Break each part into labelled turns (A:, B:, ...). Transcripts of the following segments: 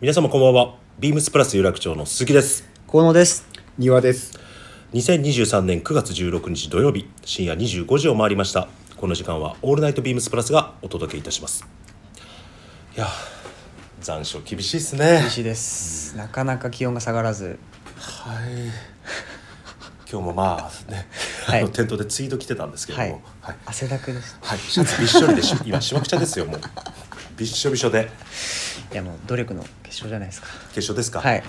A: 皆様こんばんはビームスプラス有楽町の鈴木です
B: 河野です
C: 庭です
A: 2023年9月16日土曜日深夜25時を回りましたこの時間はオールナイトビームスプラスがお届けいたしますいやー残暑厳しいですね
B: 石井です、なかなか気温が下がらず
A: はい今日もまあね、
B: はい
A: あの店頭でツイート来てたんですけれ
B: は
A: ど
B: い
A: も、はい
B: 汗だくです
A: はい、シャツびっしょりでし今しわくちゃですよもうびっしょびしょで
B: いやもう努力の結晶じゃないですか
A: 決勝ですか、
B: はい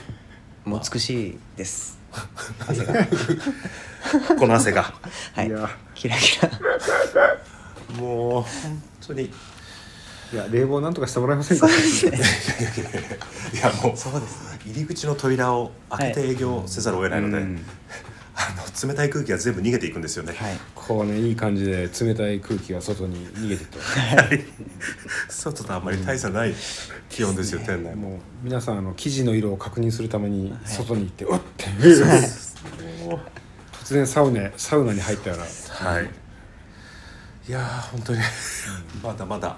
A: ま
B: も
A: あ
B: う美しいです
A: この汗が
B: はい
C: いや
B: キラキラ
A: もう本当にい
C: いや冷房なんとかしてもらえませんか
A: やもう
B: そうですね
A: 入り口の扉を開けて営業せざるを得ないので、
B: うん
A: あの冷たい空気が全部逃げていくんですよね、
B: はい
C: こうねいい感じで冷たい空気が外に逃げてと
A: 外とあんまり大差ない気温ですよ、店内も
C: もう皆さんあの生地の色を確認するために外に行って、うわっって
A: も
C: 突然サウナサウナに入ったら
A: うはいいやー本当にまだまだ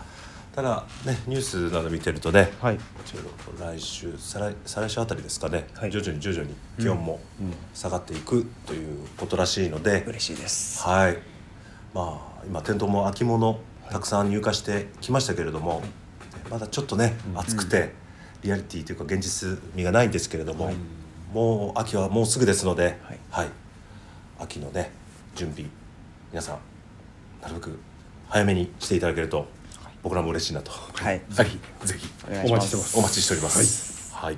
A: ただねニュースなど見てるとね、
B: はい
A: ちょうど来週再来再来週あたりですかね、
B: はい
A: 徐々に徐々に気温も下がっていくということらしいので、
B: 嬉しいです
A: はい。まあ今店頭も秋物たくさん入荷してきましたけれども、まだちょっとね暑くて、リアリティというか現実味がないんですけれども、もう秋はもうすぐですので、は
B: はいい、
A: 秋のね準備皆さんなるべく早めにしていただけると僕らも嬉しいなと、
B: はい
A: ぜひぜひ
B: お願いしま
C: お待ちしてますす
A: お待ちしております。はい。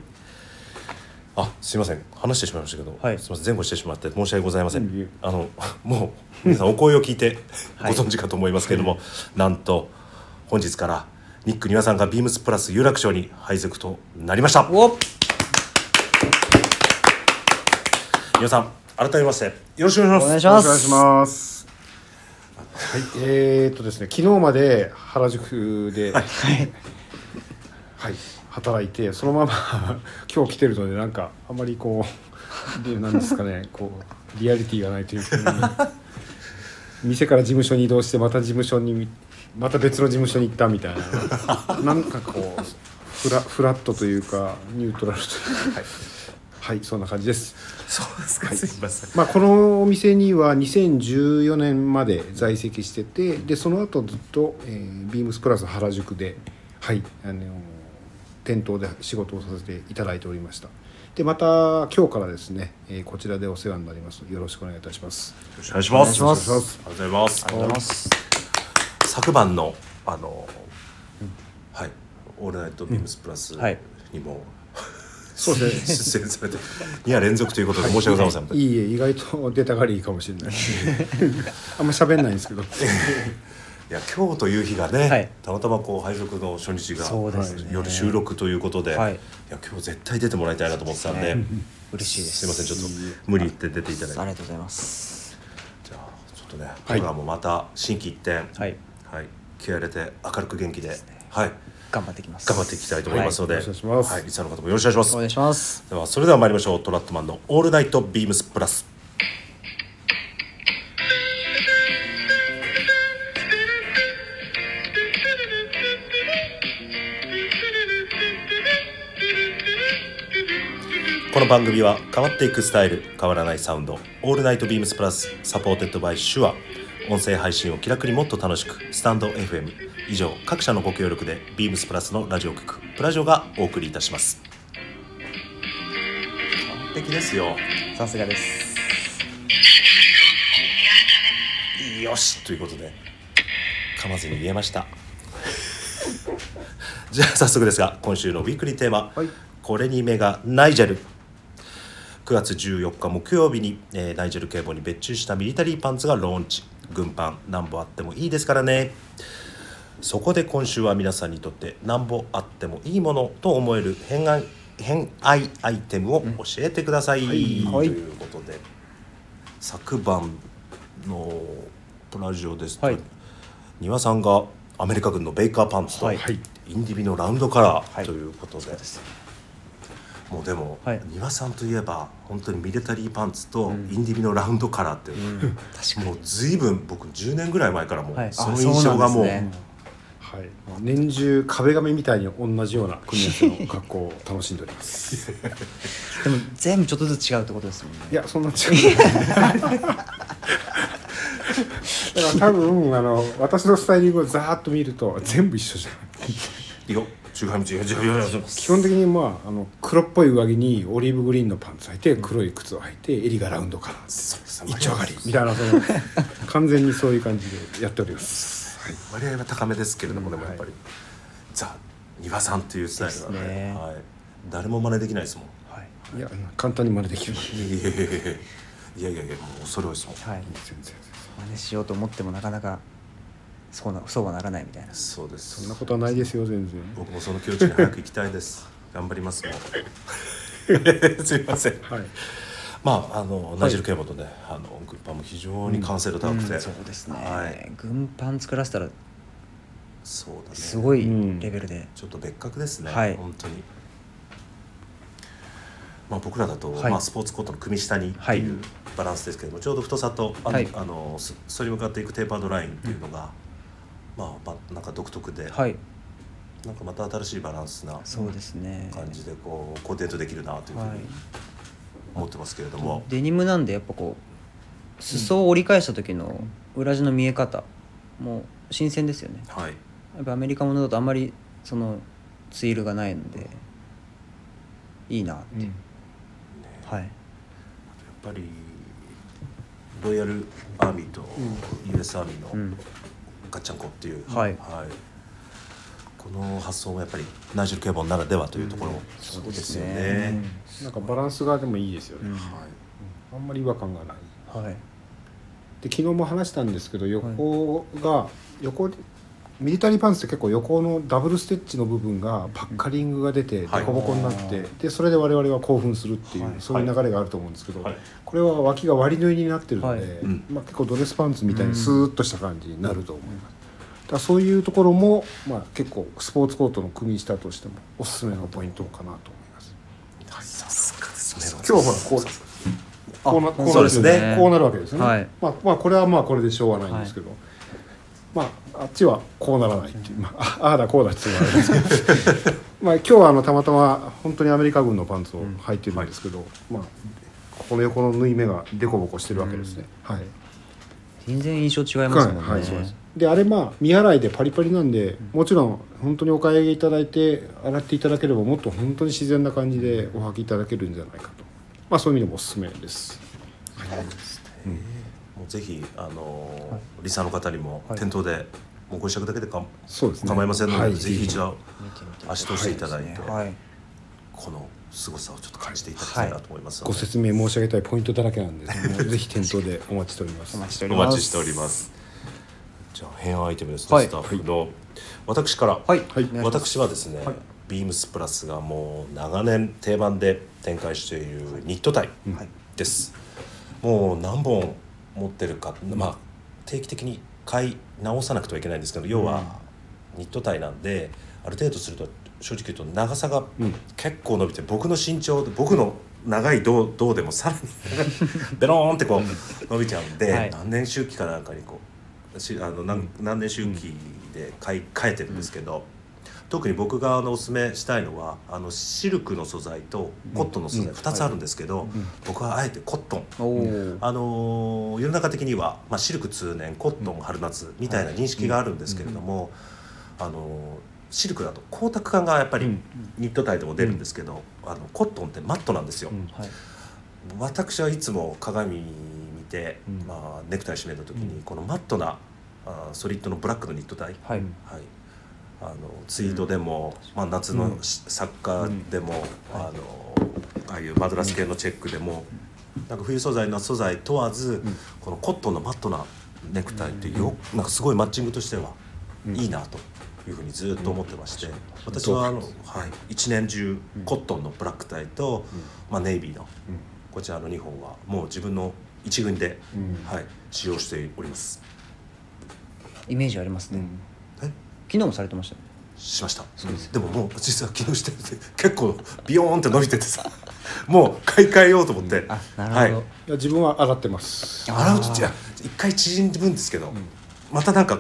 A: あ、すみません。話してしまいましたけど、
B: はい
A: すみません前後してしまって申し訳ございません。
C: いえいえ
A: あの もう皆さんお声を聞いてご
B: はい
A: 存知かと思いますけれども、なんと本日からニック庭さんがビームスプラス有楽町に配属となりました。
B: お
A: 皆さん改めましてよろしくお願いします。
B: お願いします
C: お願いしますはいえー、っとですね昨日まで原宿で、はい
B: はい
C: 働いてそのまま 今日来てるのでなんかあんまりこうでなんですかねこうリアリティがないというか店から事務所に移動してまた事務所にまた別の事務所に行ったみたいななんかこうフラフラットというかニュートラルというかはい、はい、そんな感じです。
A: そうですか。
C: はい
A: すみません。
C: まあ、このお店には2014年まで在籍しててでその後ずっと、えービームスプラス原宿で、はいあの店頭で仕事をさせていただいておりましたでまた今日からですね、えーこちらでお世話になりますよろしくお願いいたします
A: よろしくお願いします。
B: お願いします
A: ありがとうございます。
B: ありがとうございます
A: 昨晩のあの、はい「オールナイトビームスプラス」
B: はい
A: にも、
C: そうですね
A: 出演されて2夜連続ということで申し訳ございません、
C: いいえ意外と出たがりいいかもしれない あんま喋んないんですけど
A: いや今日という日がね、
B: はい
A: たまたまこう配属の初日が、
B: そうですね
A: 夜収録ということで、
B: は
A: い、
B: い
A: や今日絶対出てもらいたいなと思ってたんで
B: そうですね嬉しいです
A: すいませんちょっと無理言って出ていただいて
B: ありがとうございます
A: じゃあちょっとね、
C: はい
A: 僕らもまた心機一転はい、
B: はい
A: 気合い入れて明るく元気ではい
B: 頑張ってきます
A: 頑張っていきたいと思いますので、
C: はいよろしくお願いします
A: はい、リスナーの方もよろしくお願いします
B: お願いします
A: ではそれでは参りましょうトラットマンの「オールナイトビームスプラス」この番組は変わっていくスタイル変わらないサウンド「オールナイトビームスプラス」サポーテッドバイシュア音声配信を気楽にもっと楽しくスタンド FM 以上各社のご協力でビームスプラスのラジオ局プラジオがお送りいたします完璧ですよ
B: さすがです
A: よしということで噛まずに言えました じゃあ早速ですが今週のウィークリーテーマ「
C: はい
A: これに目がナイジェル」9月14日木曜日に、えーナイジェル警棒に別注したミリタリーパンツがローンチ軍パン何本あってもいいですからねそこで今週は皆さんにとって何本あってもいいものと思える偏愛偏愛アイテムを教えてください、
B: はい
A: ということで昨晩のプラジオですと、
B: はい
A: 庭さんがアメリカ軍のベイカーパンツと、
B: はい
C: はい
A: インディビのラウンドカラ
B: は
A: ー
B: い
A: ということで、もうでも、
B: はい
A: 庭さんといえば本当にミリタリーパンツとインディビのラウンドカラーって、
B: 確か
A: も
B: に
A: う随分僕10年ぐらい前からもう、
B: はい
A: その印象がもう
B: あそうなんですね
C: はい、年中壁紙みたいに同じような組み合わせの格好を楽しんでおります
B: でも全部ちょっとずつ違うってことですもんね
C: いやそんな違うだから多分あの私のスタイリングをざーっと見ると全部一緒じゃない
A: いや違う違う違う違う違う
C: 基本的にまああの黒っぽい上着にオリーブグリーンのパンツ履いて黒い靴を履いて襟がラウンドかな一丁上がりみたいなそ の完全にそういう感じでやっております、はい、
A: 割合は高めですけれども、
C: うん
A: でもやっぱり、ザ・丹羽さんというスタイルは
B: です
A: ね
B: ね
A: はい、誰も真似できないですもん
B: はい
C: いや簡単に真似できる
A: いやいやいやいやいやいやいやもう恐れ多いですもん、
B: はい
C: 全然
B: 真似しようと思ってもなかなかそうなそうはならないみたいな
A: そうです
C: そんなことはないですよ全然
A: 僕もその境地に早く行きたいです 頑張りますもう すいません
C: はい
A: まああのナイジェル・ケイボとね、あのグッパンも非常に完成度高くて、
B: うんそうですね、
A: はい
B: 軍パン作らせたら
A: そうだね
B: すごい
C: うん
B: レベルで、
A: ちょっと別格ですね、
B: はい
A: 本当に。まあ、僕らだと、
B: はい
A: まあ、スポーツコートの組下にって
B: はい
A: いうバランスですけども、ちょうど太さとあの、
B: はい
A: あのそそれに向かっていくテーパードラインっていうのが、まあ、まあなんか独特で、
B: はい
A: なんかまた新しいバランスな
B: そうですね
A: 感じでこうコーディネートできるなというふう
B: はい
A: に思ってますけれども、
B: デニムなんでやっぱこう裾を折り返した時の裏地の見え方も新鮮ですよね
A: はい、
B: やっぱアメリカものだとあんまりそのツイールがないのでいいなって、はい
A: やっぱりロイヤルアーミーと US アーミー
B: う
A: の
B: ん
A: ガッチャンコっていう、
B: はい
A: この発想もやっぱりナイジェル・ケイボンならではというところ、
B: そう
A: で
B: ですす
A: よ
B: ね
A: ね。
C: なんかバランスがでもいいですよね、
B: うん
A: はい
C: あんまり違和感がない
B: はい
C: で昨日も話したんですけど横が、横ミリタリーパンツって結構横のダブルステッチの部分がパッカリングが出て
A: はい
C: 凸凹になって、でそれで我々は興奮するっていう、
B: はい
C: そういう流れがあると思うんですけど、
A: はい
C: これは脇が割り縫いになってるので、
B: はい
A: うん
C: まあ、結構ドレスパンツみたいにスーッとした感じになると思います、だからそういうところも、まあ、結構スポーツコートの組み下としてもおすすめのポイントかなと思います
A: さすがですね
C: 今日ほらこうこうなこうな
A: そう
C: る
A: ですね
C: こうなるわけですね、
B: はい
C: まあ、まあこれはまあこれでしょうがないんですけど、まああっちはこうならないっていう、まあ、 ああだこうだっていうのはあれですけど まあ今日はあのたまたま本当にアメリカ軍のパンツを履いてるんですけど、まあここの横の縫い目がデコボコしてるわけですね、はい
B: 全然印象違いますもんね、
C: はい、そうですであれまあ見洗いでパリパリなんで、もちろん本当にお買い上げいただいて洗っていただければもっと本当に自然な感じでお履きいただけるんじゃないかとまあそういう意味でもおすすめです
A: もうぜひあのーリサの方にも
B: はい
A: 店頭でもうご試着だけでかん
C: そうですね
A: 構いませんので、
C: はい
A: ぜひ一度
B: 見てみて
A: 足通していただいて、
B: はい
A: この凄さをちょっと感じていただきたいなと思いますの
C: ご
A: で、
C: 説明申し上げたいポイントだらけなんで ぜひ店頭でお待ちしております
B: お待ちしてお
A: お
B: ります
A: 待ちしております。じゃあ変アイテムですね、
B: はい
A: スタッフの私から、
B: はい、
C: はい
B: お願いします
A: 私はですね、ビームスプラスがもう長年定番で展開しているニットタイ
B: はい
A: です、もう何本持ってるか、まあ定期的に買い直さなくてはいけないんですけど要はニットタイなんである程度すると正直言うと長さが結構伸びて、僕の身長僕の長い胴胴でもさらに ベローンってこう伸びちゃうんで、
B: はい
A: 何年周期かなんかにこうしあの何何年周期で買い替えてるんですけど、特に僕があのおすすめしたいのはあのシルクの素材とコットンの素材2つあるんですけど、僕はあえてコットン。
B: おお
A: あのー世の中的には、まあ、シルク通年コットン春夏みたいな認識があるんですけれども、あのーシルクだと光沢感がやっぱりニットタイでも出るんですけど、あのコットンってマットなんですよ。
C: うん
B: はい
A: 私はいつも鏡見て、
C: うん
A: まあ、ネクタイ締めた時にこのマットなあーソリッドのブラックのニットタイ、
B: はい
A: はい、あのツイートでも、まあ、夏のし作家でも、あのああいうマドラス系のチェックでも、なんか冬素材の素材問わず、このコットンのマットなネクタイってよ、なんかすごいマッチングとしては
C: うん
A: いいなというふうにずっと思ってまして、私はあの、はい、一年中コットンのブラックタイと、まあ、ネイビーのこちらの2本はもう自分の一軍で、
C: うん
A: はい、使用しております。
B: イメージありますね、
A: え
B: 昨日もされてましたよね
A: しましたでももう実は昨日してて結構ビヨーンって伸びててさ もう買い替えようと思って、
B: あなるほど、
A: はい
C: いや自分は洗ってます
A: 洗うといや一回縮んでるんですけど、またなんか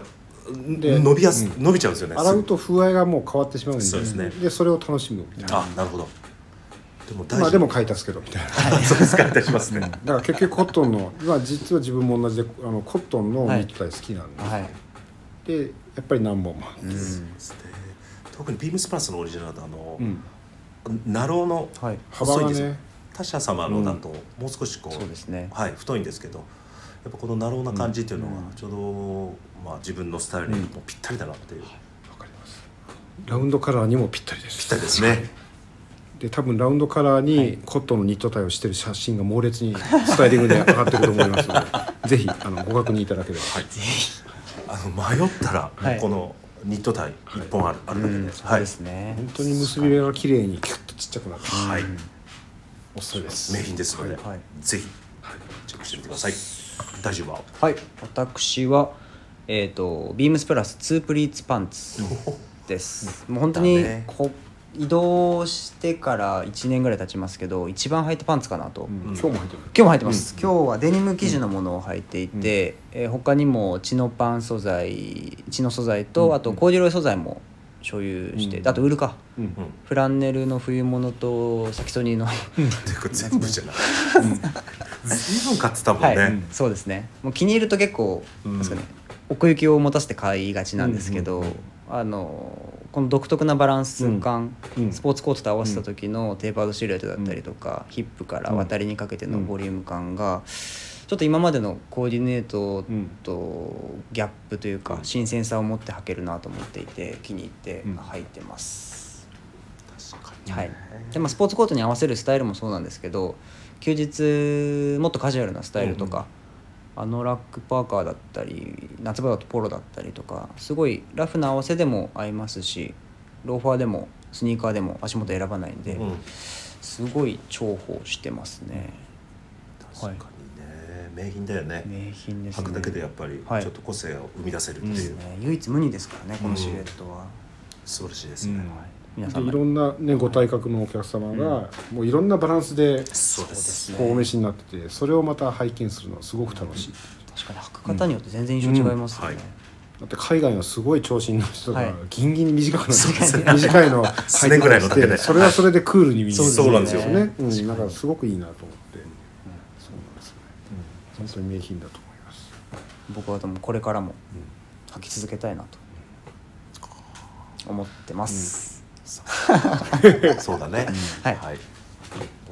C: で
A: 伸びやす、伸びちゃうんですよね
C: 洗うと風合いがもう変わってしまうんで
A: そうですね
C: でそれを楽しむみたいな
A: あなるほどでも大事
C: まあでも買い足すけどみ たいな
A: そうですかいたしますね、
C: だから結局コットンの、まあ、実は自分も同じであのコットンのニットタイ好きなんで,、
B: はい
C: でやっぱり何本もあって、
A: そうですね特にビームスプラスのオリジナルだとあの、
C: うん
A: ナローの
B: はい
C: 幅
A: 細いん
C: が
A: ですよ、
C: ね
A: 他社様のだともう少しこう,、
B: そうですね
A: はい、太いんですけどやっぱこのナローな感じっていうのはちょうど、まあ、自分のスタイルにもうぴったりだなっていう、ぴ
C: わかりますラウンドカラーにもぴったりです
A: ったりですね
C: で多分ラウンドカラーにコットンのニットタイをしてる写真が猛烈にスタイリングで上がってると思いますのでぜひあのご確認いただければ、
A: あの迷ったら、
B: はい
A: このニットタイ1本ある,、あるだけで、
B: うんそうですね
C: 本当に結び目が綺麗にキュッとちっちゃくなって
A: はい、はい、
C: おすすめです
A: 名品ですので、
B: はい
A: ぜひチェックしてみてください大丈夫は
B: はい私はえっ、とビームスプラスツープリーツパンツですもう本当に
A: だね
B: こ移動してから1年ぐらい経ちますけど一番履いたパンツかなと、
C: う
A: う
C: ん
A: ん
C: 今日も入ってる
B: 今日も履いてます、今日はデニム生地のものを履いていて、えー他にもチノパン素材チノ素材と、あとコーデュロイ素材も所有して、
C: うん
B: あとウールか
C: うん
A: うん
B: フランネルの冬物とサキソニーの、
A: ていうか全部じゃない随分買ってたもんね、
B: はい、
A: うん
B: そうですねもう気に入ると結構、
A: うん
B: なんですかね奥行きを持たせて買いがちなんですけど、あのこの独特なバランス感、
C: うんうん
B: スポーツコートと合わせた時のテーパードシルエットだったりとか、ヒップから渡りにかけてのボリューム感が、ちょっと今までのコーディネートとギャップというか、新鮮さを持って履けるなと思っていて気に入って
C: うん
B: 履いてます。
A: 確か
B: はい、でまあスポーツコートに合わせるスタイルもそうなんですけど休日もっとカジュアルなスタイルとか、あのラックパーカーだったり夏場だとポロだったりとかすごいラフな合わせでも合いますしローファーでもスニーカーでも足元選ばないんで、
A: に、うん
B: すごい重宝してますね
A: 確かにね、名品だよね
B: 名品です
A: 履く
B: ね
A: だけでやっぱり
B: はい
A: ちょっと個性を生み出せるって
B: で
A: い
B: す
A: う、
B: ね唯一無二ですからねこのシルエットは、
A: 素晴らしいですね、
C: うん
A: はい
B: 皆さ
C: で
B: ん
C: い
B: も
C: ろんな、ね、ご体格のお客様が、もういろんなバランス
A: そう
C: で
A: です
B: そうですね
C: こうお召しになっててそれをまた拝見するのはすごく楽しい、
B: 確かに履く方によって全然印象違いますよ
A: う
B: ね、
A: んはい
C: だって海外のすごい長身の人
B: はい
C: がギンギンに短くなって、
A: そうですね
C: 短いのを
A: すねぐらいの丈で
C: それはそれでクールに見える
A: そうなんですよ
C: ね、うん、だからすごくいいなと思って、そうなんですね本当に名品だと思います
B: 僕はでもこれからも履き続けたいなと思ってます、
A: うんそうだね、
B: はい
A: はい、も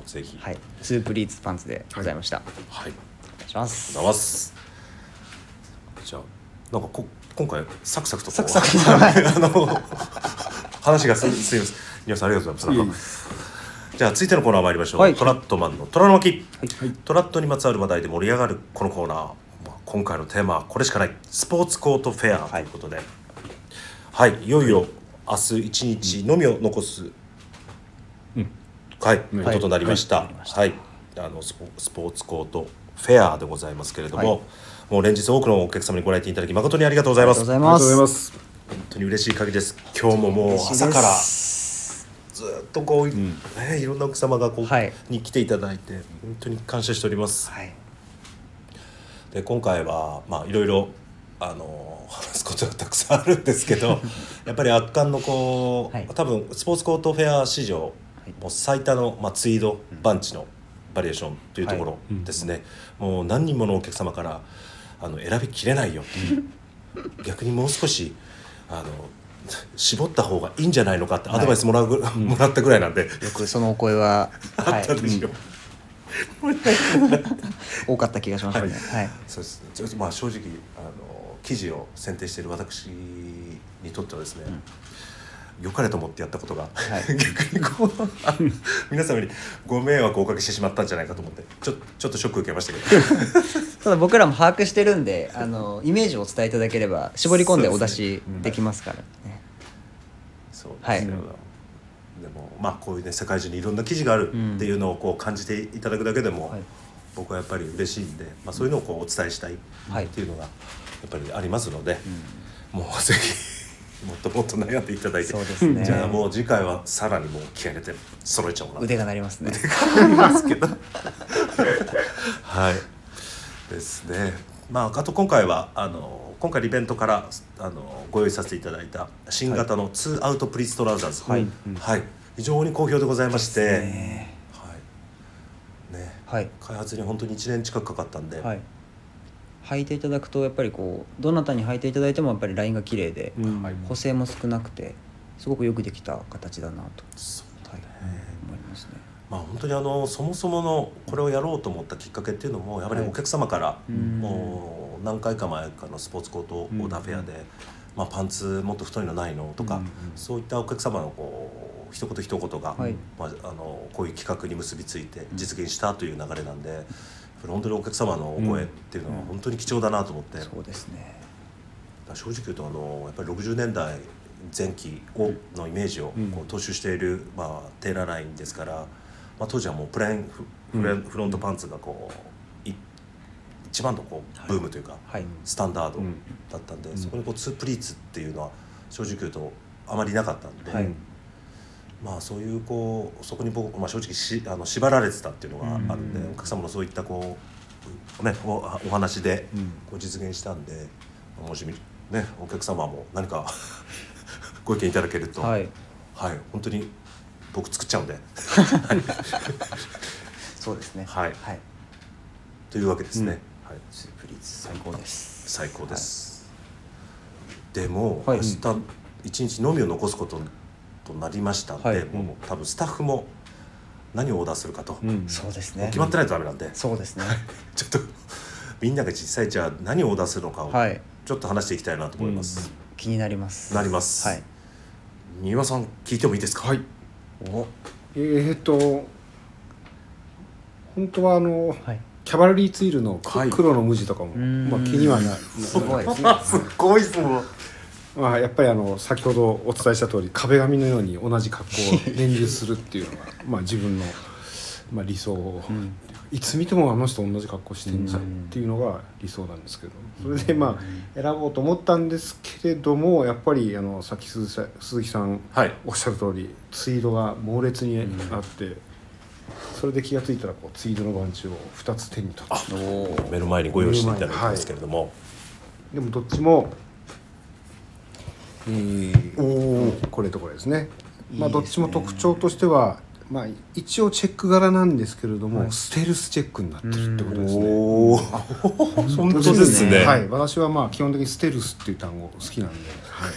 A: うぜひ
B: はいツープリーツパンツでございました、
A: はい、ありがとう
B: お願いします
A: ございますじゃあなんかこ今回サクサクとこう
B: サクサク
A: あの話がすすいません皆さんありがとうござい
C: いえい
A: ま
C: え
A: すじゃあ続いてのコーナー参りましょう、
B: はい
A: トラットマンの虎の巻
B: はい
A: トラットにまつわる話題で盛り上がるこのコーナー、まあ、今回のテーマはこれしかないスポーツコートフェアということで、はいい、よいよ明日1日のみを残す、
C: うん
A: はい
C: うん
A: こととなりました、はいあのスポスポーツコートフェアでございますけれども、
B: はい
A: もう連日多くのお客様にご来店いただき誠にありがとうござい
B: あり
A: ま
B: が
A: す
B: とうござい
C: ありが
B: ま
C: とうご
B: す
C: ざいます
A: 本当に嬉しい限りです今日ももう
B: 嬉しいです
A: 朝からずっとこう、ね、いろんな奥様がこう、
B: はい
A: に来ていただいて本当に感謝しております、
B: はい
A: で今回はまあいろいろあの話すことがたくさんあるんですけ どやっぱり圧巻のこう、
B: はい
A: 多分スポーツコートフェア史上、
B: はい
A: もう最多の、まあ、ツイードバンチのバリエーションというところですね、もう何人ものお客様からあの選びきれない よ逆にもう少しあの絞った方がいいんじゃないのかってアドバイスもらうぐ、 もらったぐらいなんで、
B: よくそのお声は、
A: あ
B: は
A: ったで
B: い、
A: しょ。
B: 多かった気がしますねはい、
A: そうですねちょっとまあ正直あの記事を選定している私にとってはですね、良かれと思ってやったことが、
B: い
A: 逆にこうあ皆様にご迷惑をおかけしてしまったんじゃないかと思ってちょちょっとショック受けま したけど
B: ただ僕らも把握してるんであのイメージをお伝えいただければ絞り込んでお出しできますからね
A: そうです
B: は
A: ね
B: い
A: でもまあこういうね世界中にいろんな記事があるっていうのをこう感じていただくだけでも、
B: はい
A: 僕はやっぱり嬉しいんで、まあ、そういうのをこうお伝えしたいっ
B: はい
A: ていうのがやっぱりありますので、もうぜひもっともっと悩んでいただいて
B: そうですね
A: じゃあもう次回はさらにもう気合い入れて揃えちゃおうかな
B: 腕が鳴りますね
A: ありますけどはいですねまあ、あと今回はあの今回イベントからあのご用意させていただいた新型の2アウトプリーツトラウザーズ
B: はい
A: うんはい、非常に好評でございまして、
B: ですね
A: はいね、
B: はい
A: 開発に本当に1年近くかかったんで、
B: はい履いていただくとやっぱりこうどなたに履いていただいてもやっぱりラインが綺麗で、
C: うん
A: はい
B: 補正も少なくてすごくよくできた形だなと、
A: そう
B: はい、思いますね
A: まあ本当にあのそもそものこれをやろうと思ったきっかけっていうのもやっぱり
B: はい
A: お客様から、
B: うん
A: もう何回か前かのスポーツコートオーダーフェアで、まあ、パンツもっと太いのないのとか、
C: うんうん
A: そういったお客様のこう一言一言が、
B: はい
A: まあ、あのこういう企画に結びついて実現したという流れなんで、やっぱり本当にお客様のお声っていうのは
B: うん
A: 本当に貴重だなと思って、だか
B: そうですね
A: ら正直言うとあのやっぱり60年代前期をのイメージを
C: うん
A: こう踏襲している、まあ、テーラーラインですから、まあ、当時はもうプレーンフフレンフロントパンツがこうい一番のこうブームというか、
B: はい
A: スタンダード
C: うん
A: だったんで、
C: うん
A: そこにこうツープリーツっていうのは正直言うとあまりなかったんで、
B: はい
A: まあそういうこうそこに僕、まあ、正直しあの縛られてたっていうのがあるんで、
C: うん
A: お客様のそういったこう、ね、おお話で
C: うん
A: こう実現したんで、もしみねお客様も何か ご意見いただけると、
B: はい
A: はい本当に僕作っちゃうんで
B: そうですね
A: はい
B: はい、
A: というわけですね、はい、
B: スープリーツ最高です
A: 最高です、でも、
B: はい
A: 明日一日のみを残すこととなりましたんで、
B: はい
A: もう多分スタッフも何をオーダーするかと、
C: うん
B: そうです
A: もう
B: ね
A: 決まってないとダメなんで、
B: そうですね
A: ちょっとみんなが実際じゃあ何をオーダーするのかを
B: はい
A: ちょっと話していきたいなと思います、
B: 気になります
A: なります
B: はい
A: 三輪さん聞いてもいいですか
C: はい
B: お
C: えー、っと本当はあの
B: はい
C: キャバリーツイルの
A: はい
C: 黒の無地とかも、
B: ん
C: まあ、気にはな
B: すごいですね
A: すごいっすもん
C: まあ、やっぱりあの先ほどお伝えした通り壁紙のように同じ格好を連立するっていうのがまあ自分の、まあ、理想を、
B: ん
C: いつ見てもあの人同じ格好してんじゃんっ
B: うん
C: ていうのが理想なんですけどそれでまあ選ぼうと思ったんですけれどもやっぱりあのさっき鈴木さん鈴木さん
A: はい
C: おっしゃる通りツイードが猛烈にあって、それで気が付いたらこうツイードの番地を2つ手に取って
B: おおー
A: 目の前にご用意していただいたんですけれども、
C: でもどっちも、えー
A: おー
C: これとこれですねまあ
B: いいですね
C: どっちも特徴としてはまあ、一応チェック柄なんですけれども、
B: はい
C: ステルスチェックになってるってことですね。
A: おお本当ですね
C: はい、私はまあ基本的にステルスっていう単語好きなんで、は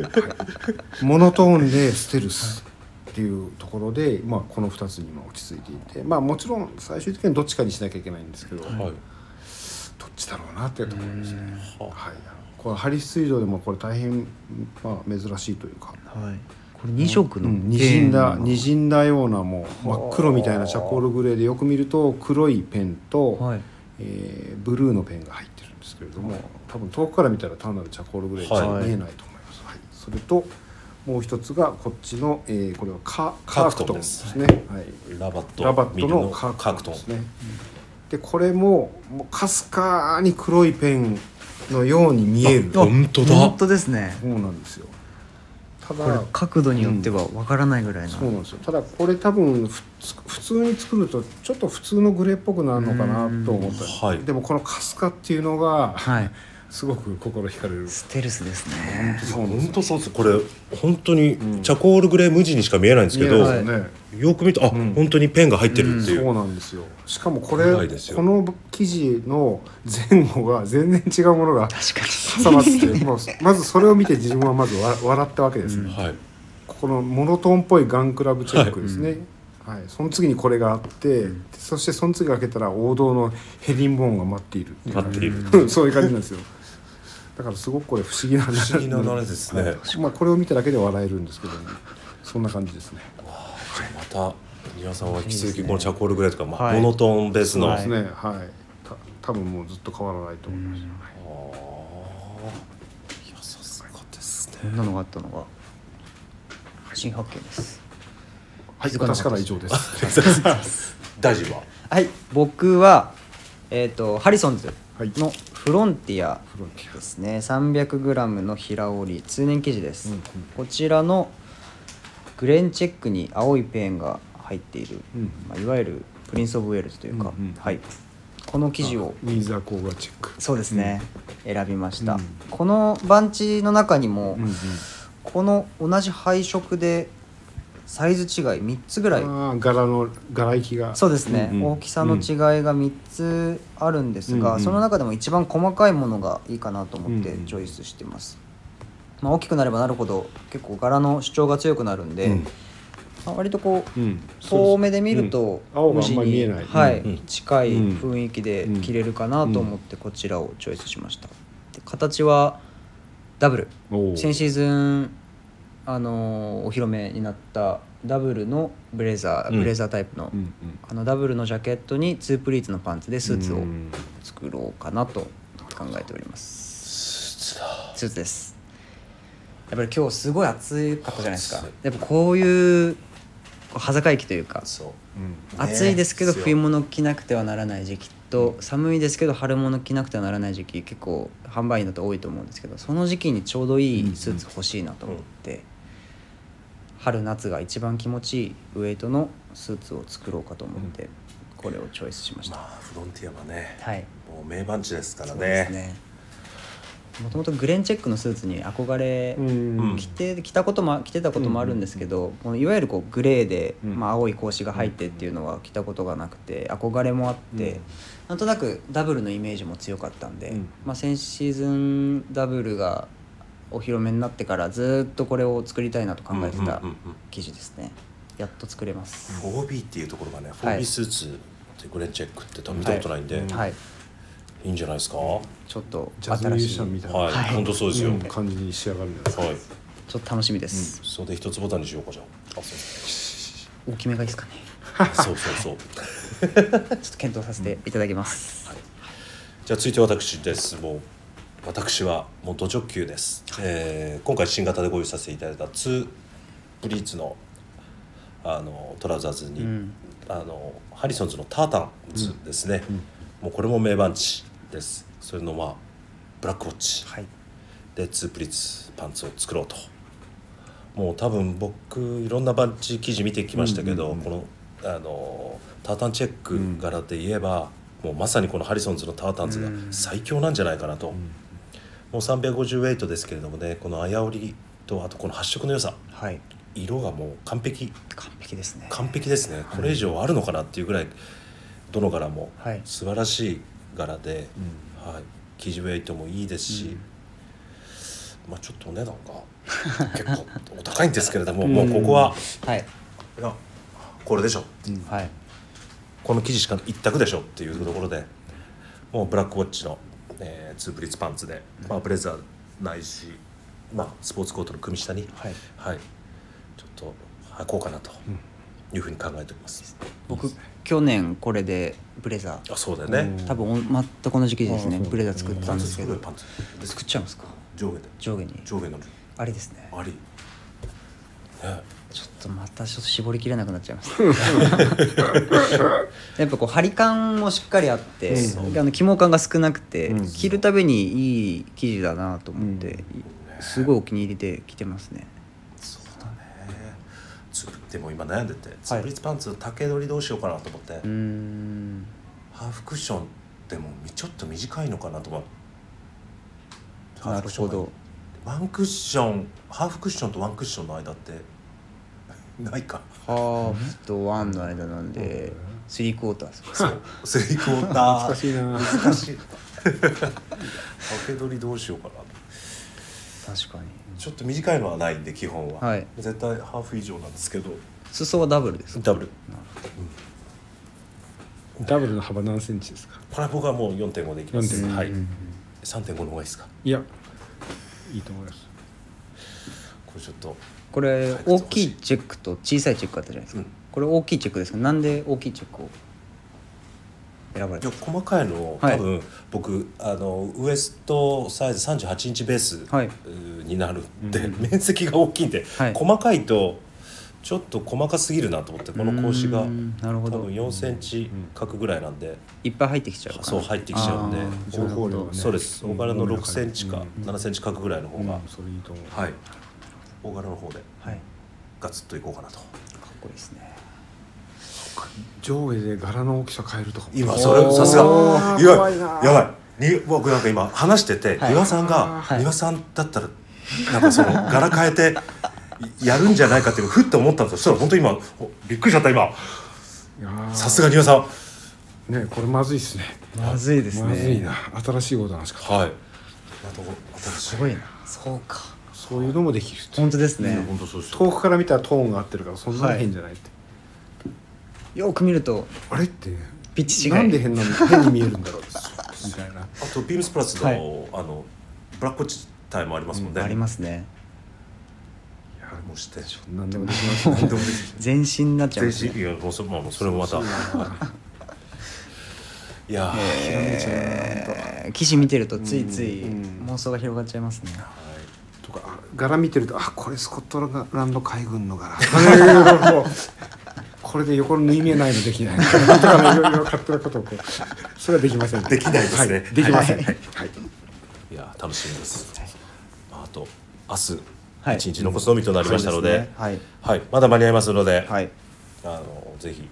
C: いはいモノトーンでステルスっていうところで、まあ、この2つにも落ち着いていて、まあ、もちろん最終的にどっちかにしなきゃいけないんですけど、
A: はい
C: どっちだろうなっていうところですね。はい、これハリス水道でもこれ大変、まあ、珍しいというか、
B: はいこれ二色の
C: うん、にじんだ
B: ペンが
C: にじんだようなもう真っ黒みたいなチャコールグレーでよく見ると黒いペンと、
B: はい
C: えーブルーのペンが入ってるんですけれども多分遠くから見たら単なるチャコールグレーしか
A: はい
C: 見えないと思います、はいそれともう一つがこっちの、えーこれはカカ
A: カー
C: ーク
A: ク
C: ト
A: トン
C: ンで
A: ですす
C: ね、はい、
A: ラバット
C: ラバッ
A: ミル
C: トのカ
A: カー
C: ーク
A: クト
C: トン
A: ン
C: ですねでこれももうかすかに黒いペンのように見える
B: あ
C: そ
A: 本当だ
B: 本当ですね
C: うなんですよた
B: これ
C: だ
B: 角度によってはわからないぐらいな、
C: そうなんですよただこれ多分ふつ普通に作るとちょっと普通のグレーっぽくなるのかなと思ったり、
A: うんはい
C: でもこのかすかっていうのが
B: はい
C: すごく心惹かれる
B: ステルスですね
C: そうなんです
A: 本
C: よ
A: 当そうですこれ本当に
C: うん
A: チャコールグレー無地にしか見えないんですけど、
C: 見えないですよね
A: よく見るとあ、
C: うん
A: 本当にペンが入ってるっていう、
C: そうなんですよしかもこれ
A: うまいですよ
C: この生地の前後が全然違うものが
B: 確か
C: 挟まってて もうまずそれを見て自分はまずわ笑ったわけですね、
A: はい
C: ここのモノトーンっぽいガンクラブチェックですね、はいその次にこれがあって、そしてその次開けたら王道のヘリンボーンが待っているっていう
A: 待っている
C: うん そういう感じなんですよだからすごくこれ不思議な
A: 不思議な流れですね、
C: はいまあこれを見ただけで笑えるんですけどもそんな感じですね
A: また丹羽さんは引き続
B: いいです
A: き
B: ね
A: このチャコールグレーとか、まあ
B: はい
A: モノトーンベースの、
B: は
C: で
B: い
C: すねはいた多分もうずっと変わらないと思います、
A: あーいやさすがですね
B: にこんなのがあったのが新発見です
C: はい
B: 気づかなかった
C: 私からは以上です
A: 大臣は
B: はい僕はえっ、とハリソンズ
C: はい
B: のフロンティア
C: フロンティア
B: ですね 300g の平織り通年生地です、
C: うんうん
B: こちらのグレンチェックに青いペンが入っている、
C: うん
B: まあ、いわゆるプリンス・オブ・ウェールズというか、
C: うんうん
B: はいここの生地を
C: ウィザーコーガチェック
B: そうですね、選びました、
C: うん
B: このバンチの中にも、
C: うんうん
B: この同じ配色でサイズ違い3つぐらい
C: ああ柄の柄行きが
B: そうですね、
C: うんうん
B: 大きさの違いが3つあるんですが、
C: うんうん
B: その中でも一番細かいものがいいかなと思って
C: うんうん
B: チョイスしてます、まあ、大きくなればなるほど結構柄の主張が強くなるんで、
A: うん
B: まあ割とこう、
C: うん
B: 遠目で見ると、
C: うん青があん
B: 無地
C: まり
B: に
C: 見えない
B: はい
A: うんうん
B: 近い雰囲気で着れるかなと思ってこちらをチョイスしましたで形はダブル
C: おー
B: 先シーズンあのーお披露目になったダブルのブレザー、
A: うん
B: ブレザータイプの、
C: うん
B: あのダブルのジャケットにツープリーツのパンツでスーツ
C: う
B: を
C: ん
B: 作ろうかなと考えておりますスーツですやっぱり今日すごい暑かったじゃないですか
A: 暑い
B: やっぱこういうこう端境期というか
A: そう
C: うん
B: 暑いですけど
A: ね
B: 冬物着なくてはならない時期と寒いですけど春物着なくてはならない時期結構販売員だと多いと思うんですけどその時期にちょうどいいスーツ欲しいなと思って、春夏が一番気持ちいいウエイトのスーツを作ろうかと思ってこれをチョイスしました、
A: まあフロンティアはね、
B: はい
A: もう名番地ですから
B: そうです
A: ね
B: ねもともとグレンチェックのスーツに憧れ、
C: うん
B: 着て着たことも着てたこともあるんですけど、このいわゆるこうグレーで、
C: うん
B: まあ、青い格子が入ってっていうのは着たことがなくて憧れもあって、
C: うん
B: なんとなくダブルのイメージも強かったんで、
C: うん
B: まあ、先シーズンダブルがお披露目になってからずっとこれを作りたいなと考えてた
A: うんうんうんうん
B: 生地ですねやっと作れます、
A: 4B っていうところがね
B: はい
A: 4B スーツってグレンチェックって多分見たことないんで、、
C: はい
B: はい
A: いんじゃないですか、
B: ちょっと
C: ジャズミュー
B: 新
C: ジ
B: しい
C: シャンみ
B: ち
C: たいな、
A: はい、
B: はい
A: 本当そうですよ、
C: うん
A: はい
C: 感じに仕上がるんじゃないですか、
B: ょっと楽しみです、
A: 袖一つボタンにしようかじゃああそ
B: 大きめがいいですかね
A: う そうそうそう
B: ちょっと検討させていただきます、
A: じゃあ続いて私ですもう私はもうド直球です、えー今回新型でご用意させていただいたツープリーツのあのトラウザーズに、
B: うん
A: あのハリソンズのタータンズですね、もうこれも名番地ですそれのまあブラックウォッチ、
B: はい
A: でツープリーツパンツを作ろうともう多分僕いろんなバンチ記事見てきましたけど、このあのタータンチェック柄で言えば、もうまさにこのハリソンズのタータンズが最強なんじゃないかなと、もう350ウェイトですけれどもねこの綾織とあとこの発色の良さ
B: はい
A: 色がもう完璧
B: 完璧ですね
A: 完璧ですねこれ以上あるのかなっていうぐらいどの柄も
B: はい
A: 素晴らしい柄で、はい、生地ウェイトもいいですし、まあ、ちょっとお値段が結構お高いんですけれど も、もうここは
B: はい
A: いやこれでしょ
B: はい
A: この生地しか一択でしょっていうところで、もうブラックウォッチの、えーツープリッツパンツで、まあ、ブレザーないし、まあ、スポーツコートの組下に、
B: はい
A: はい、ちょっと履こうかなというふうに考えております。
B: 僕去年これでブレザ
A: あそうだよね、
B: ー多分お全く同じ生地ですね
C: あそう
B: ブレザー作ってた
A: パ
B: ん
A: ン
B: で
A: ツ
B: すけ
A: 作る
B: ど
A: パンツで
B: 作っちゃいますか
A: 上下で
B: 上下に
A: 上下の
B: あれですね
A: ありね
B: ちょっとまたちょっと絞りきれなくなっちゃいましたやっぱこう張り感もしっかりあって、
A: うん
B: あの起毛感が少なくて、
C: うん
B: 着るたびにいい生地だなと思って、
C: うん
B: いすごいお気に入りで着てますね
A: そうだねつぶでも今悩んでてツープリッツパンツ竹取りどうしようかなと思って、
B: うーん
A: ハーフクッションでもみちょっと短いのかなと思うハー
B: な
A: フ
B: る
A: クッショ
B: ほ
A: ンが
B: ど
A: ワンクッションハーフクッションとワンクッションの間ってない か
B: ハーフとワンの間なんで、スリークォーターですか
A: そうスリークォーター
C: 難しいな
A: 難しい竹取りどうしようかなと
B: 確かに
A: ちょっと短いのはないんで基本は、
B: はい
A: 絶対ハーフ以上なんですけど
B: 裾はダブルですか
A: ダブル
C: ダブルの幅何センチですか
A: これは僕はもう4.5でいきます
C: 4.5
A: はい3.5の方がいいですか
C: いやいいと思います
A: これちょっと
B: これ大きいチェックと小さいチェックあったじゃないですか、
A: うん
B: これ大きいチェックですかなんで大きいチェックを選ばれ
A: い
B: た
A: や
B: んです
A: 細かいのを、
B: はい
A: 多分僕あのウエストサイズ38インチベース、
B: はいう
A: ーになるんで、
C: うん
A: 面積が大きいんで、
B: はい
A: 細かいとちょっと細かすぎるなと思ってこの格子が
B: うーんなる
A: 多
B: ほど
A: 分4センチ角ぐらいなんで、
B: いっぱい入ってきちゃうかな
A: そう入ってきちゃうんで
B: あ
C: 情報量がね
A: そうです大柄の6センチか
C: うん
A: 7センチ角ぐらいの方
C: うん
A: が、
C: それいいと思う
A: はい大柄の方で
B: ーはい
A: ガツッといこうかなと。
B: かっこいいですね
C: 上下で柄の大きさ変えるとかも
A: 今
C: あ
A: それ
B: おー
A: さすが
C: あー
A: やば
C: 怖
A: い
C: いな
A: やばいに僕なんか今話してて
B: はい
A: 岩、さんが
B: はい
A: 岩、さんだったらなんかその柄変えてやるんじゃないかってふっと思ったんですよそしたら本当に今おびっくりしちゃった今
C: いやー
A: さすがに岩さん
C: ねこれまずいっすね
B: まずいですね
C: まずいな新しいことなんしか
A: はいあと私
B: すごいなそうか
C: そういうのもできるって
B: 本当ですね
A: 本当そうですよ
C: 遠くから見たらトーンが合ってるからそんなに変じゃないって、
B: よく見ると
C: あれって
B: ピッチ違い
C: なんで変なの変に見えるんだろう みたいな
A: あとビームスプラスの、
B: はい
A: あのブラック地帯もありますもんね、
B: ありますね
A: あれもして
C: 何でもできますね
B: 全身になっちゃ
A: 全
B: います、ね、
A: 身いやもうそ,、まあ、もうそれもまたいやー、
B: えー記事見てるとついつい
C: うん
B: 妄想が広がっちゃいますね、
C: とかあ柄見てるとあこれスコットランド海軍の 柄こうこれで横の縫い目ないのできない とかねいろいろ勝手なことをこうそれはできません
A: できないですね
C: はいできません、はい
A: いや楽しみです。まああと明日
B: はい
A: 一日残すのみとなりましたので、
B: そうですねはい
A: はいまだ間に合いますので、
B: はい
A: あのぜひ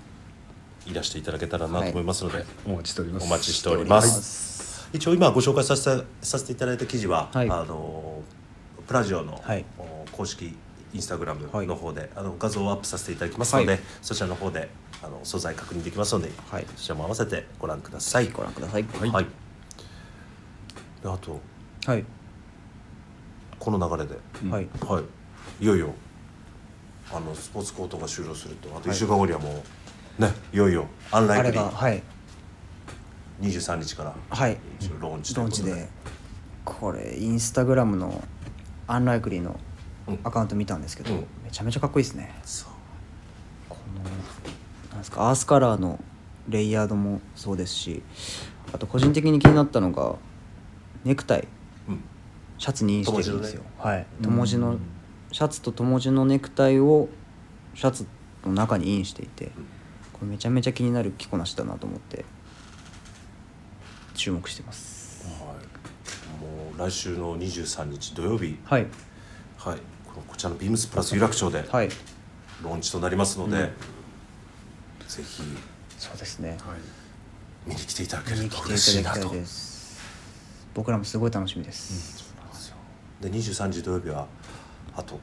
A: いらしていただけたらなと思いますので、
C: お待ちしております
A: お待ちしております。一応今ご紹介させてさせていただいた記事は、
B: はい
A: あのプラジオの、
B: はい
A: お公式インスタグラム
B: はい
A: の方で、あの画像をアップさせていただきますので、
B: はい
A: そちらの方であの素材確認できますので、
B: はい
A: そちらも合わせてご覧ください。
B: ご覧くださいは、
A: はいい。であと
B: はい
A: この流れで。
B: はい
A: はい、いよいよあのスポーツコートが終了するとあと1週間後にはもう、ねいよいよアンラ
B: あ
A: イ
B: れ
A: クリ
B: が
A: ー
B: はい
A: 23日から
B: はい
A: 一応ローンチと
B: ロ
A: いう
B: ーン
A: こと
B: チ
A: で
B: でこれインスタグラムのアンライクリーのアカウント見たんですけど、
A: うん
B: めちゃめちゃかっこいいですね
A: そう
B: このなんですかアースカラーのレイヤードもそうですしあと個人的に気になったのがネクタイ
A: うん
B: シャツにしてるんですよ
A: 友
B: はい友地のシャツと友地のネクタイをシャツの中にインしていてこれめちゃめちゃ気になる着こなしだなと思って注目してます
A: はい、もう来週の23日土曜日、
B: はい
A: はい、このこちらのビームスプラス有楽町で
B: はい
A: ローンチとなりますので、ぜひ
B: そうですね
C: はい
A: 見に来ていただけ
B: 見
A: る
B: に
A: と
B: 来てい
A: 嬉しい
B: た
A: な
B: だきた
A: と
B: い。です僕らもすごい楽しみです、
A: で23時土曜日はあと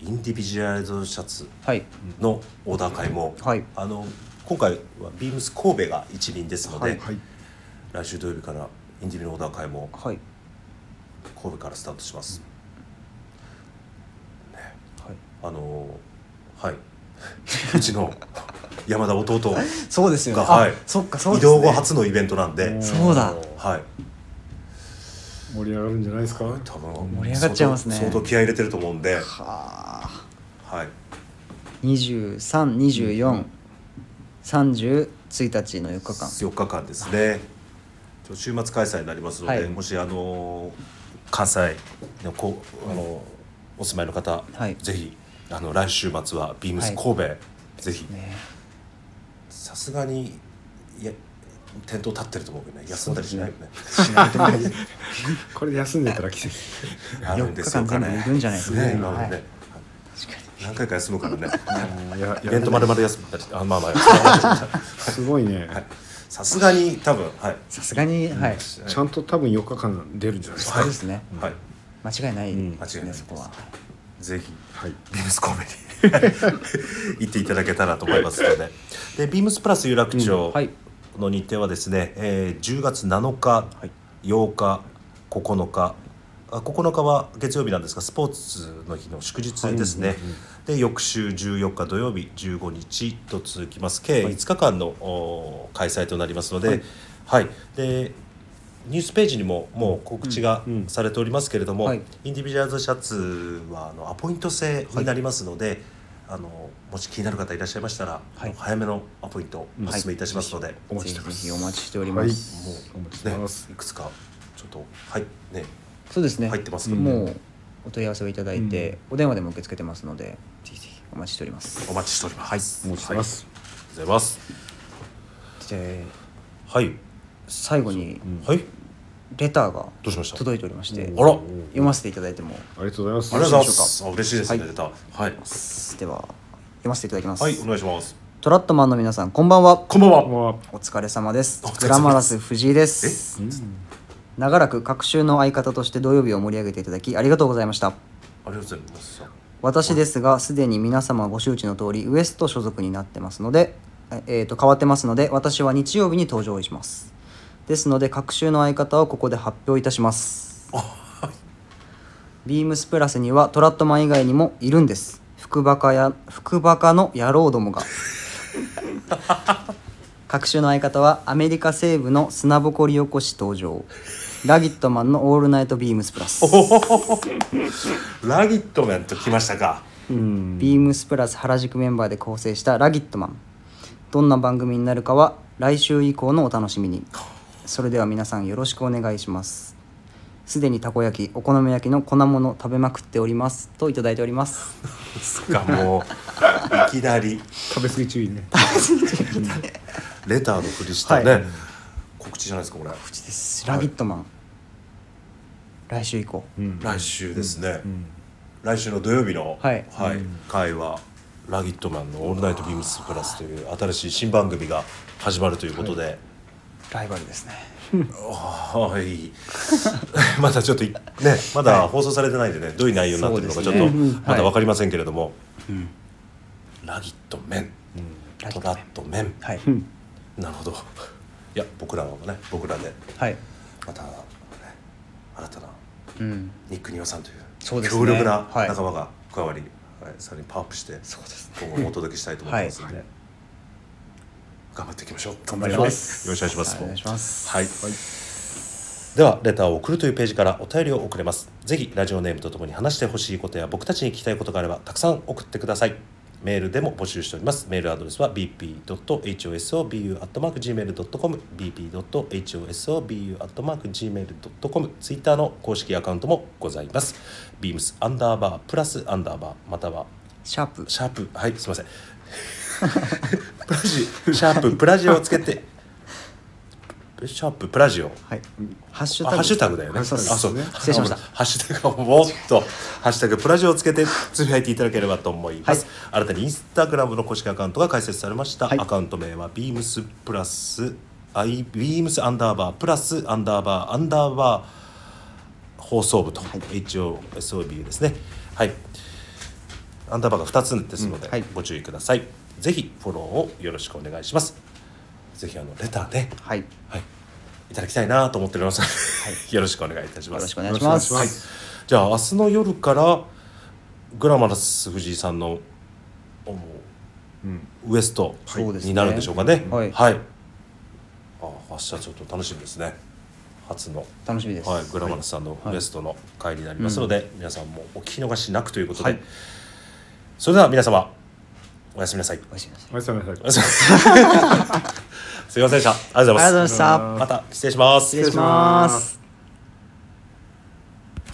A: インディビジュアルドシャツ
B: はい
A: のオーダー会も、
B: はい
A: あの今回はビームス神戸が一輪ですので、
B: はい
C: はい
A: 来週土曜日からインディビのオーダー会も
B: はい
A: 神戸からスタートします、
B: はい
A: あのーはい うちの山田 弟
B: そうですよね
A: が
B: あ
A: はい
B: そっかそう
A: 移
B: です、ね、
A: 動後初のイベントなんで
B: そうだ
A: はい
C: 盛り上がるんじゃないですか
A: 多分
B: 盛り上がっちゃいますね
A: 相当相当気合い入れてると思うんで
B: はあ
A: はい
B: 232430日の4日間
A: 4日間ですねちょ週末開催になりますので、
B: はい
A: もしあのー関西のこうあのーお住まいの方、
B: はい
A: ぜひあの来週末はビームス
B: はい
A: 神戸、ぜひ
B: ね
A: さすがにいや店頭立ってると思うけどね休んだりしないよね
C: これで休んでたら奇跡
A: あるんですよ
B: 四日間全部行くんじゃないですす
A: ご
B: か
A: い今までね、
B: はい確か
A: 何回か休むからね
C: あーやや
A: イベントまるまる休んだりあまあまあ
C: すごいね、
A: さすがに多分はい
B: さすがにはい
C: ちゃんと多分4日間出るんじゃないですか
B: そうですね
A: はい
B: 間違いない
C: ん
B: です
A: 間違いな
B: ね
A: い
B: そこは
A: ぜひ
C: はい
A: ビームス神戸に 行っていただけたらと思いますのででビームスプラス有楽町
B: はい
A: の日程はですね、えー10月7日、8日9日あ9日は月曜日なんですがスポーツの日の祝日ですね、で翌週14日土曜日15日と続きます計5日間の、お開催となりますので,、はいでニュースページにももう告知が
C: うん
A: されておりますけれども、
B: はい
A: インディビジュアルズシャツはあのアポイント制になりますので、あのもし気になる方いらっしゃいましたら、
B: はい
A: 早めのアポイントをお勧めいたしますので、
C: お待
B: ぜ
C: ち
B: ひ
C: して
B: ぜひ
C: ます
B: お待ちしております
C: はい、もうお待ちして
A: ね
C: ます、、
A: いくつかちょっとはいね
B: そうですね
A: 入ってますので
B: もうお問い合わせをいただいてお電話でも受け付けてますのでぜひぜひお待ちしております
A: お待ちしております。
C: お待ちしてます
A: はい、ありがとうございます。
B: で
A: はい
B: 最後に
A: はいど
B: レターが
A: うしました。
B: 届いておりまして
A: あらあ
B: 読ませていただいても
C: ありがとうございます
A: りがとうございます。あ嬉しいですね
B: はい
A: 出た。はい
B: では読ませていただきます、
A: はいお願いします。
B: トラットマンの皆さんこんばんは
A: こんばんは
C: まあ
B: お疲れ様です
A: お疲れ様です
B: グラマラス藤井です長らく各週の相方として土曜日を盛り上げていただきありがとうございました
A: ありがとうございます
B: 私ですがすでに皆様ご周知の通りウエスト所属になってますので、えー、と変わってますので私は日曜日に登場しますですので各週の相方をここで発表いたしますビームスプラスにはトラットマン以外にもいるんです福バカや福バカの野郎どもが各週の相方はアメリカ西部の砂ぼこり起こし登場ラギットマンのオールナイトビームスプラス
A: ラギットマンと来ましたか
C: うん
B: ビームスプラス原宿メンバーで構成したラギットマンどんな番組になるかは来週以降のお楽しみにそれでは皆さんよろしくお願いしますすでにたこ焼きお好み焼きの粉物食べまくっておりますといただいております
A: すか もういきなり
C: 食べ過ぎ注意ね
A: レターのふりしたね、
B: はい
A: 告知じゃないですかこれ
B: ラギットマン来週以降
C: うん
A: 来週ですね、
C: ん
A: 来週の土曜日の、
B: はい
A: 会は「ラギットマンのオールナイトビームスプラス」という新しい新番組が始まるということで、
B: ライバルですね
A: はいまだちょっといね まだ放送されてないんでねどういう内容になってるのかち
B: そ
A: ょ
B: う
A: っ
B: です
A: と
B: ねうん
A: まだ分かりませんけれども
B: ん
A: 「ラギットメン」
B: ラ
A: 「
B: ギ
A: ト
B: ット
A: ラットメ
B: メン
A: ン
B: はい
A: なるほどいや僕らはね僕らで
B: はい
A: また、ね、新たな
B: うん
A: ニック・ニワさんという
B: そうですね
A: 強力な
B: はい
A: 仲間が加わり、はいさらにパワーアップして
B: そうです
A: 今後もお届けしたいと思いますので、
C: はい
A: 頑張っていきましょう
B: 頑張ります
A: よろしくお願いします
B: はいお願いします
A: はい、ではレターを送るというページからお便りを送れますぜひラジオネームとともに話してほしいことや僕たちに聞きたいことがあればたくさん送ってくださいメールでも募集しておりますメールアドレスは bp.hosobu.gmail.com bp.hosobu.gmail.com ツイッターの公式アカウントもございます beams アンダーバープラスアンダーバーまたは
B: シャープ
A: シャープはいすみません プラジシャーププラジオをつけてシャーププラジオ
B: はいハッシュタ
A: あ
B: グ
A: ハッシュタグだよね。あ、
B: そ
A: そうう。
B: です失礼しました
A: ハッシュタグをもっと、ハッシュタグプラジオをつけて、つぶやいていただければと思います。新たにインスタグラムの公式アカウントが開設されました。
B: はい
A: アカウント名はビームスプラス、アイビームスアンダーバープラスアンダーバーアンダーバー放送部と、HOSOB ですね。はい。アンダーバーが2つですので、
B: うんはい
A: ご注意ください。ぜひフォローをよろしくお願いします。ぜひあのレターね。
B: はいよ
A: はい、いただきたいなと思っております。はい、 よろしくお願いいたします。
B: ろしくお願いします
C: よろしくお願いしま
B: はい
C: す
A: じゃあ明日の夜からグラマラス藤井さんのおも
C: うん
A: うウエスト
B: そうですね
A: になるんでしょうかね。
B: はい
A: あ明日ちょっと楽しみですね。初の。
B: 楽しみです
A: はい、グラマラスさんのウエストの回になりますので、皆さんもお聞き逃しなくということで、
B: はい
A: それでは皆様おやすみなさい。
B: おやすみなさい
C: おやすみなさい
A: おやすみなさいすいませんでした。ありがとうございます。
B: ありがとうございました
A: また失礼します。
B: 失礼します